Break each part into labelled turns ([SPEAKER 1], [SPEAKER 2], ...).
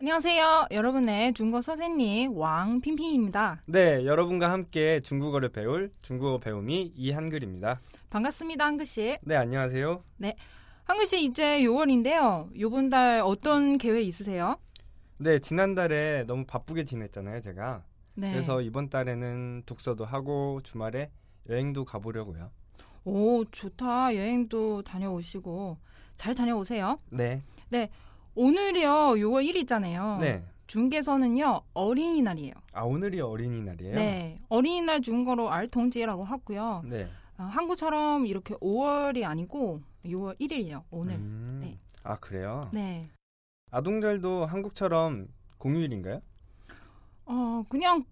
[SPEAKER 1] 안녕하세요. 여러분의 중국어 선생님 왕핑핑입니다.
[SPEAKER 2] 네, 여러분과 함께 중국어를 배울 중국어 배움이 이한글입니다.
[SPEAKER 1] 반갑습니다. 한글씨.
[SPEAKER 2] 네, 안녕하세요.
[SPEAKER 1] 한글씨 이제 6월인데요. 요번 달 어떤 계획 있으세요?
[SPEAKER 2] 네, 지난달에 너무 바쁘게 지냈잖아요, 제가.
[SPEAKER 1] 네.
[SPEAKER 2] 그래서 이번 달에는 독서도 하고 주말에 여행도 가보려고요.
[SPEAKER 1] 오, 좋다. 여행도 다녀오시고. 잘 다녀오세요.
[SPEAKER 2] 네,
[SPEAKER 1] 오늘이요, 6월 1일이잖아요.
[SPEAKER 2] 네.
[SPEAKER 1] 중계서는요, 어린이날이에요.
[SPEAKER 2] 아, 오늘이 어린이날이에요?
[SPEAKER 1] 네. 어린이날 중거로 알통지라고 하고요.
[SPEAKER 2] 네.
[SPEAKER 1] 아, 한국처럼 이렇게 5월이 아니고 6월 1일이에요, 오늘.
[SPEAKER 2] 음,
[SPEAKER 1] 네.
[SPEAKER 2] 아, 그래요?
[SPEAKER 1] 네.
[SPEAKER 2] 아동절도 한국처럼 공휴일인가요?
[SPEAKER 1] 어, 그냥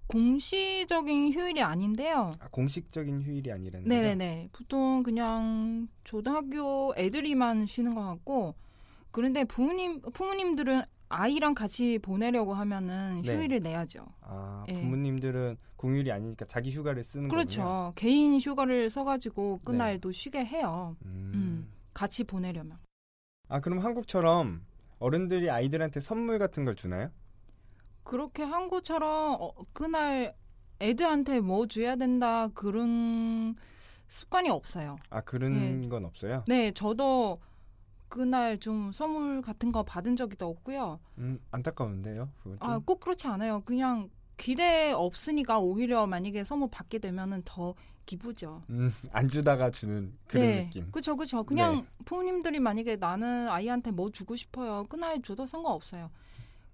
[SPEAKER 1] 공시적인 휴일이 아닌데요.
[SPEAKER 2] 아, 공식적인 휴일이 아니라는 거죠?
[SPEAKER 1] 네네네. 보통 그냥 초등학교 애들이만 쉬는 것 같고, 그런데 부모님, 부모님들은 아이랑 같이 보내려고 하면은
[SPEAKER 2] 네.
[SPEAKER 1] 휴일을 내야죠.
[SPEAKER 2] 아,
[SPEAKER 1] 예.
[SPEAKER 2] 부모님들은 공휴일이 아니니까 자기 휴가를 쓰는 거군요.
[SPEAKER 1] 그렇죠. 개인 휴가를 써가지고
[SPEAKER 2] 네.
[SPEAKER 1] 그날도 쉬게 해요.
[SPEAKER 2] 음.
[SPEAKER 1] 음. 같이 보내려면.
[SPEAKER 2] 아, 그럼 한국처럼 어른들이 아이들한테 선물 같은 걸 주나요?
[SPEAKER 1] 그렇게 한국처럼 어, 그날 애들한테 뭐 줘야 된다 그런 습관이 없어요.
[SPEAKER 2] 아 그런 건 없어요.
[SPEAKER 1] 네, 저도 그날 좀 선물 같은 거 받은 적이 더 없고요.
[SPEAKER 2] 음 안타까운데요. 그건 좀.
[SPEAKER 1] 아, 꼭 그렇지 않아요. 그냥 기대 없으니까 오히려 만약에 선물 받게 되면은 더 기쁘죠.
[SPEAKER 2] 음, 안 주다가 주는 그런
[SPEAKER 1] 네,
[SPEAKER 2] 느낌. 네.
[SPEAKER 1] 그렇죠, 그렇죠. 그냥 부모님들이 만약에 나는 아이한테 뭐 주고 싶어요. 그날 줘도 상관없어요.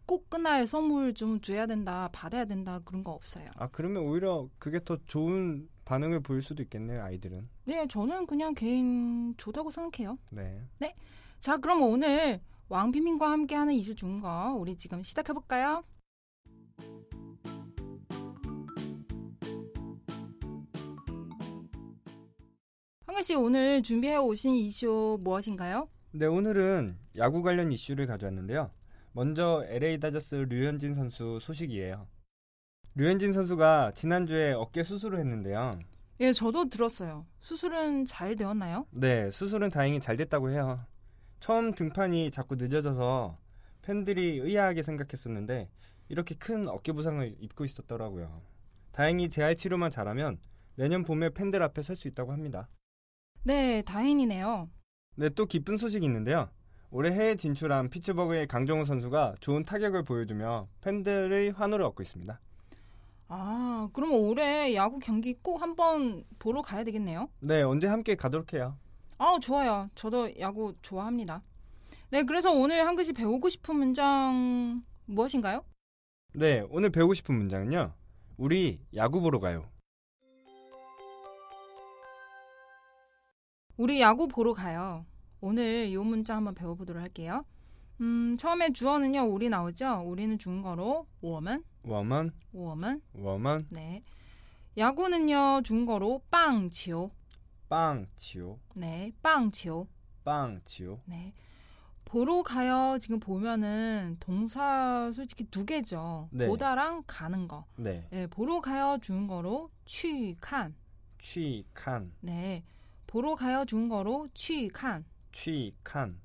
[SPEAKER 1] 꼭 그날 선물 좀 줘야 된다, 받아야 된다 그런 거 없어요.
[SPEAKER 2] 아 그러면 오히려 그게 더 좋은 반응을 보일 수도 있겠네요. 아이들은.
[SPEAKER 1] 네, 저는 그냥 개인 좋다고 생각해요.
[SPEAKER 2] 네.
[SPEAKER 1] 자, 그럼 오늘 왕비민과 함께하는 이슈 중거 우리 지금 시작해 볼까요? 한글 씨 오늘 준비해 오신 이슈 무엇인가요?
[SPEAKER 2] 네 오늘은 야구 관련 이슈를 가져왔는데요. 먼저 LA 다저스 류현진 선수 소식이에요. 류현진 선수가 지난주에 어깨 수술을 했는데요.
[SPEAKER 1] 예, 저도 들었어요. 수술은 잘 되었나요?
[SPEAKER 2] 네, 수술은 다행히 잘 됐다고 해요. 처음 등판이 자꾸 늦어져서 팬들이 의아하게 생각했었는데 이렇게 큰 어깨 부상을 입고 있었더라고요. 다행히 재활 치료만 잘하면 내년 봄에 팬들 앞에 설 수 있다고 합니다.
[SPEAKER 1] 네, 다행이네요.
[SPEAKER 2] 네, 또 기쁜 소식이 있는데요. 올해 해외 진출한 피츠버그의 강정호 선수가 좋은 타격을 보여주며 팬들의 환호를 얻고 있습니다.
[SPEAKER 1] 아, 그럼 올해 야구 경기 꼭 한번 보러 가야 되겠네요.
[SPEAKER 2] 네, 언제 함께 가도록 해요.
[SPEAKER 1] 아, 좋아요. 저도 야구 좋아합니다. 네, 그래서 오늘 한글씨 배우고 싶은 문장 무엇인가요?
[SPEAKER 2] 네, 오늘 배우고 싶은 문장은요. 우리 야구 보러 가요.
[SPEAKER 1] 우리 야구 보러 가요. 오늘 이 문장 한번 배워보도록 할게요. 음, 처음에 주어는요, 우리 나오죠? 우리는 중거로, 워먼,
[SPEAKER 2] 워먼,
[SPEAKER 1] 워먼,
[SPEAKER 2] 워먼,
[SPEAKER 1] 네. 야구는요, 중거로, 빵치오,
[SPEAKER 2] 빵, 치오,
[SPEAKER 1] 네, 빵치오,
[SPEAKER 2] 빵, 치오.
[SPEAKER 1] 네. 보러 가요. 지금 보면은 동사 솔직히 두 개죠.
[SPEAKER 2] 네.
[SPEAKER 1] 보다랑 가는 거.
[SPEAKER 2] 네,
[SPEAKER 1] 예, 보러 가요 중거로 취칸.
[SPEAKER 2] 취칸,
[SPEAKER 1] 네. 보러 가요 중거로 취칸.
[SPEAKER 2] 취칸.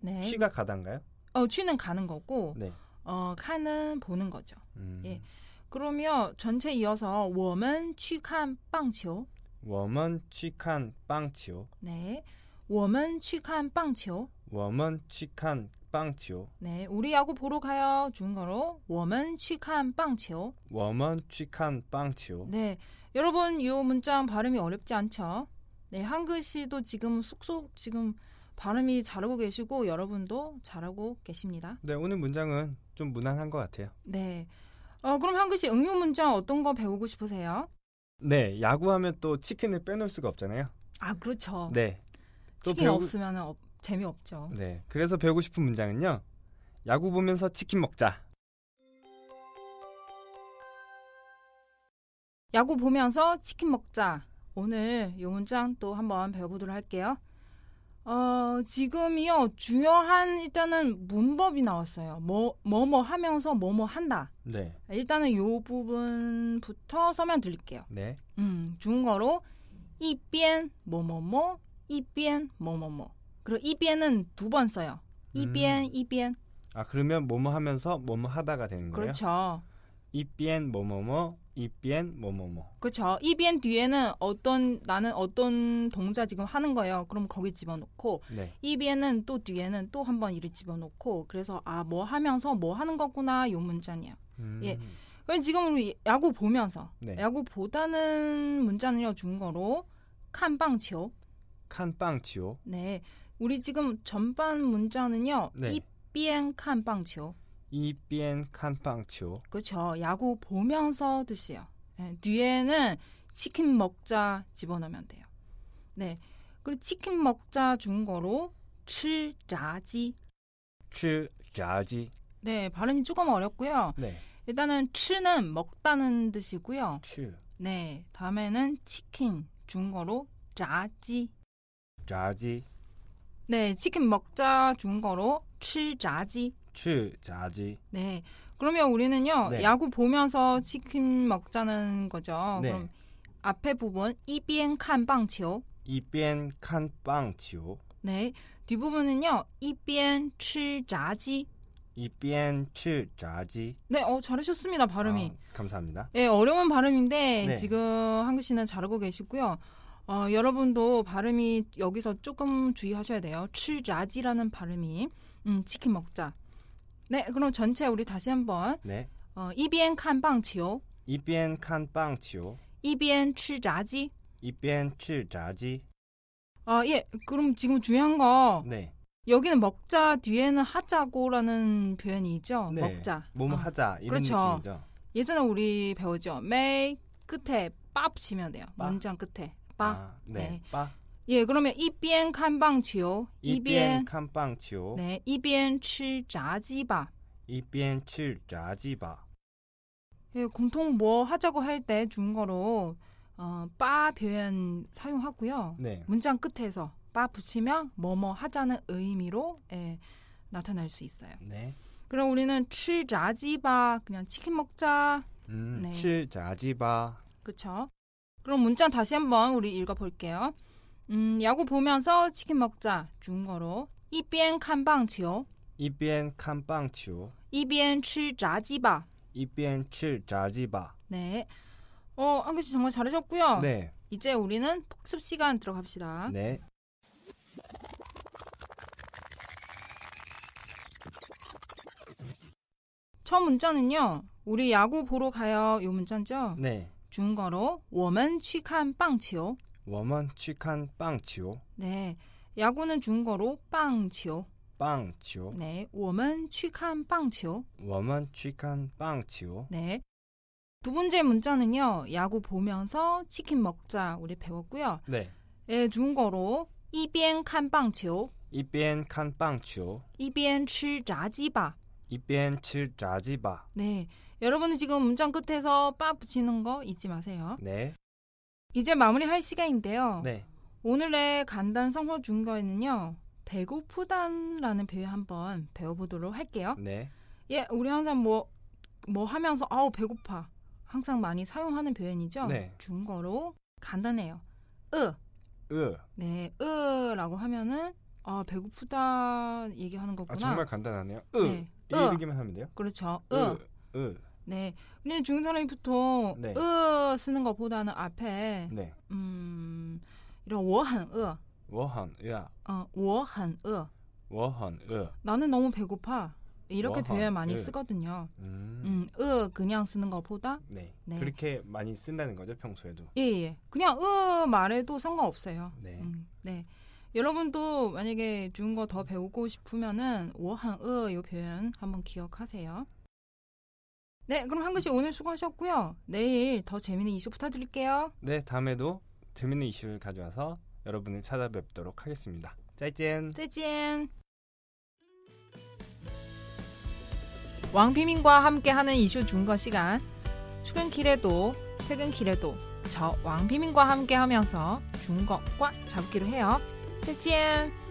[SPEAKER 1] 네.
[SPEAKER 2] 취가 가단가요?
[SPEAKER 1] 어, 취는 가는 거고
[SPEAKER 2] 네.
[SPEAKER 1] 어, 칸은 보는 거죠.
[SPEAKER 2] 음,
[SPEAKER 1] 예. 그러면 전체 이어서 워먼 취칸 빵치오.
[SPEAKER 2] 워먼 취칸 빵치오.
[SPEAKER 1] 네. 워먼 취칸 빵치오.
[SPEAKER 2] 워먼 취칸 빵치오.
[SPEAKER 1] 네. 우리 야구 보러 가요 중거로 워먼 취칸 빵치오.
[SPEAKER 2] 워먼 취칸 빵치오.
[SPEAKER 1] 네, 여러분 이 문장 발음이 어렵지 않죠? 네, 한글씨도 지금 쏙쏙 지금 발음이 잘하고 계시고 여러분도 잘하고 계십니다.
[SPEAKER 2] 네, 오늘 문장은 좀 무난한 것 같아요.
[SPEAKER 1] 네, 어, 그럼 한글씨 응용 문장 어떤 거 배우고 싶으세요?
[SPEAKER 2] 네, 야구하면 또 치킨을 빼놓을 수가 없잖아요.
[SPEAKER 1] 아, 그렇죠.
[SPEAKER 2] 네. 또
[SPEAKER 1] 치킨
[SPEAKER 2] 배우-
[SPEAKER 1] 없으면 없- 재미없죠.
[SPEAKER 2] 네. 그래서 배우고 싶은 문장은요. 야구 보면서 치킨 먹자.
[SPEAKER 1] 야구 보면서 치킨 먹자. 오늘 요 문장 또 한번 배워보도록 할게요. 어, 지금이요. 중요한 일단은 문법이 나왔어요. 뭐, 뭐뭐 하면서 뭐뭐 한다.
[SPEAKER 2] 네.
[SPEAKER 1] 일단은 요 부분부터 서면 들릴게요.
[SPEAKER 2] 네.
[SPEAKER 1] 음, 중국어로 이변 뭐뭐뭐 이변 뭐뭐뭐. 그리고 이변은 두 번 써요. 이변
[SPEAKER 2] 음.
[SPEAKER 1] 이변.
[SPEAKER 2] 아 그러면 뭐뭐 하면서 뭐뭐 하다가 되는 거예요?
[SPEAKER 1] 그렇죠.
[SPEAKER 2] 이비엔 뭐뭐뭐 이비엔 뭐뭐뭐.
[SPEAKER 1] 그렇죠. 이변 뒤에는 어떤 나는 어떤 동자 지금 하는 거예요. 그럼 거기 집어넣고
[SPEAKER 2] 네.
[SPEAKER 1] 이변은 또 뒤에는 또 한 번 이를 집어넣고 그래서 아 뭐 하면서 뭐 하는 거구나 요 문장이에요.
[SPEAKER 2] 음.
[SPEAKER 1] 예. 그럼 지금 우리 야구 보면서
[SPEAKER 2] 네.
[SPEAKER 1] 야구 보다는 문자는요 중거로 칸방치오.
[SPEAKER 2] 칸빵치오.
[SPEAKER 1] 네, 우리 지금 전반 문자는요
[SPEAKER 2] 네.
[SPEAKER 1] 이비엔 칸방치오.
[SPEAKER 2] 이비엔 칸빵치오.
[SPEAKER 1] 그렇죠. 야구 보면서 드세요. 네, 뒤에는 치킨 먹자 집어넣으면 돼요. 네, 그리고 치킨 먹자 중거로 칠자지.
[SPEAKER 2] 칠 자지.
[SPEAKER 1] 네, 발음이 조금 어렵고요.
[SPEAKER 2] 네.
[SPEAKER 1] 일단은 치는 먹다는 뜻이고요.
[SPEAKER 2] 칠
[SPEAKER 1] 네, 다음에는 치킨 중거로 자지.
[SPEAKER 2] 자지.
[SPEAKER 1] 네, 치킨 먹자 중거로 칠자지.
[SPEAKER 2] 칠 자지.
[SPEAKER 1] 네, 그러면 우리는요
[SPEAKER 2] 네.
[SPEAKER 1] 야구 보면서 치킨 먹자는 거죠.
[SPEAKER 2] 네.
[SPEAKER 1] 어, 그럼 앞에 부분 이비엔 칸방치오.
[SPEAKER 2] 이비엔 칸빵치오.
[SPEAKER 1] 네, 뒷 부분은요 이비엔 칠자지.
[SPEAKER 2] 이비엔 칠 자지.
[SPEAKER 1] 네, 어 잘하셨습니다 발음이.
[SPEAKER 2] 아, 감사합니다.
[SPEAKER 1] 예, 어려운 발음인데
[SPEAKER 2] 네.
[SPEAKER 1] 지금 한글 씨는 잘하고 계시고요. 어, 여러분도 발음이 여기서 조금 주의하셔야 돼요. 칠자지라는 발음이 음, 치킨 먹자. 네, 그럼 전체 우리 다시 한번
[SPEAKER 2] 네.
[SPEAKER 1] 어, 이비엔 칸방치오,
[SPEAKER 2] 이비엔 칸빵치오.
[SPEAKER 1] 이비엔 칠자지.
[SPEAKER 2] 이비엔 칠 자지.
[SPEAKER 1] 아, 예, 그럼 지금 중요한 거
[SPEAKER 2] 네.
[SPEAKER 1] 여기는 먹자 뒤에는 하자고라는 표현이 있죠.
[SPEAKER 2] 네.
[SPEAKER 1] 먹자.
[SPEAKER 2] 뭐뭐
[SPEAKER 1] 어,
[SPEAKER 2] 하자 이런
[SPEAKER 1] 그렇죠.
[SPEAKER 2] 느낌이죠.
[SPEAKER 1] 예전에 우리 배우죠. 맨 끝에 밥 치면 돼요.
[SPEAKER 2] 빠.
[SPEAKER 1] 문장 끝에 빠.
[SPEAKER 2] 아, 네.
[SPEAKER 1] 네.
[SPEAKER 2] 빠.
[SPEAKER 1] 예, 그러면 이변 칸방치요.
[SPEAKER 2] 이비엔
[SPEAKER 1] 이변
[SPEAKER 2] 칸빵치오.
[SPEAKER 1] 네, 이변 칠자지바.
[SPEAKER 2] 이비엔 칠 자지바.
[SPEAKER 1] 예, 공통 뭐 하자고 할 때 중거로 어, 빠 표현 사용하고요.
[SPEAKER 2] 네.
[SPEAKER 1] 문장 끝에서 빠 붙이면 뭐뭐 하자는 의미로 예, 나타날 수 있어요.
[SPEAKER 2] 네.
[SPEAKER 1] 그럼 우리는 칠자지바 그냥 치킨 먹자.
[SPEAKER 2] 음,
[SPEAKER 1] 네.
[SPEAKER 2] 칠 자지바.
[SPEAKER 1] 그쵸? 그럼 문장 다시 한번 우리 읽어볼게요. 음, 야구 보면서 치킨 먹자. 중거로 이변 칸방치요.
[SPEAKER 2] 이비엔 칸빵치오.
[SPEAKER 1] 이변 칠자지바.
[SPEAKER 2] 이비엔 칠 자지바.
[SPEAKER 1] 네. 어, 한글 씨 정말 잘하셨고요.
[SPEAKER 2] 네.
[SPEAKER 1] 이제 우리는 복습 시간 어. 들어갑시다.
[SPEAKER 2] 네.
[SPEAKER 1] 첫 문자는요. 우리 야구 보러 가요. 요 문자죠.
[SPEAKER 2] 네.
[SPEAKER 1] 중거로 워먼 취칸 빵치요.
[SPEAKER 2] 워먼 취칸 빵치오.
[SPEAKER 1] 네. 야구는 중거로 빵치요.
[SPEAKER 2] 빵치오.
[SPEAKER 1] 네. 워먼 취칸 빵치요.
[SPEAKER 2] 워먼 취칸 빵치오.
[SPEAKER 1] 네. 두 번째 문자는요. 야구 보면서 치킨 먹자. 우리 배웠고요.
[SPEAKER 2] 네.
[SPEAKER 1] 예, 중거로 이변 칸 빵치요.
[SPEAKER 2] 이비엔 칸빵치오.
[SPEAKER 1] 이변 칠자지바.
[SPEAKER 2] 이비엔 칠 자지바.
[SPEAKER 1] 네. 여러분은 지금 문장 끝에서 빠 붙이는 거 잊지 마세요.
[SPEAKER 2] 네.
[SPEAKER 1] 이제 마무리할 시간인데요.
[SPEAKER 2] 네.
[SPEAKER 1] 오늘의 간단 성어 중거에는요. 배고프단라는 표현 한번 배워보도록 할게요.
[SPEAKER 2] 네.
[SPEAKER 1] 예, 우리 항상 뭐 뭐 하면서 아우 배고파 항상 많이 사용하는 표현이죠.
[SPEAKER 2] 네.
[SPEAKER 1] 중거로 간단해요. 으,
[SPEAKER 2] 으.
[SPEAKER 1] 네, 으라고 하면은 아 배고프다 얘기하는 거구나.
[SPEAKER 2] 아 정말 간단하네요. 으.
[SPEAKER 1] 네,
[SPEAKER 2] 이
[SPEAKER 1] 으.
[SPEAKER 2] 얘기만 하면 돼요.
[SPEAKER 1] 그렇죠. 으.
[SPEAKER 2] 으. 으.
[SPEAKER 1] 네. 근데 중국 사람이 보통
[SPEAKER 2] 네.
[SPEAKER 1] 으 쓰는 것보다는 앞에
[SPEAKER 2] 네.
[SPEAKER 1] 음 이런 我很饿,
[SPEAKER 2] 워헌 으아.
[SPEAKER 1] 어, 我很饿.
[SPEAKER 2] 워헌 으.
[SPEAKER 1] 나는 너무 배고파. 이렇게 표현 많이
[SPEAKER 2] 我很饿.
[SPEAKER 1] 쓰거든요.
[SPEAKER 2] 음.
[SPEAKER 1] 음, 으 그냥 쓰는 것보다
[SPEAKER 2] 네.
[SPEAKER 1] 네.
[SPEAKER 2] 그렇게 많이 쓴다는 거죠, 평소에도.
[SPEAKER 1] 예, 예. 그냥 으 말해도 상관없어요.
[SPEAKER 2] 네.
[SPEAKER 1] 음, 네. 여러분도 만약에 중국어 더 배우고 싶으면은 我很饿 요 표현 한번 기억하세요. 네, 그럼 한글씨 오늘 수고하셨고요. 내일 더 재미있는 이슈 부탁드릴게요.
[SPEAKER 2] 네, 다음에도 재밌는 이슈를 가져와서 여러분을 찾아뵙도록 하겠습니다. 짜이젠.
[SPEAKER 1] 再见. 왕비민과 함께하는 이슈 준거 시간. 출근길에도 퇴근길에도 저 왕비민과 함께하면서 중국과 잡기로 해요. 再见。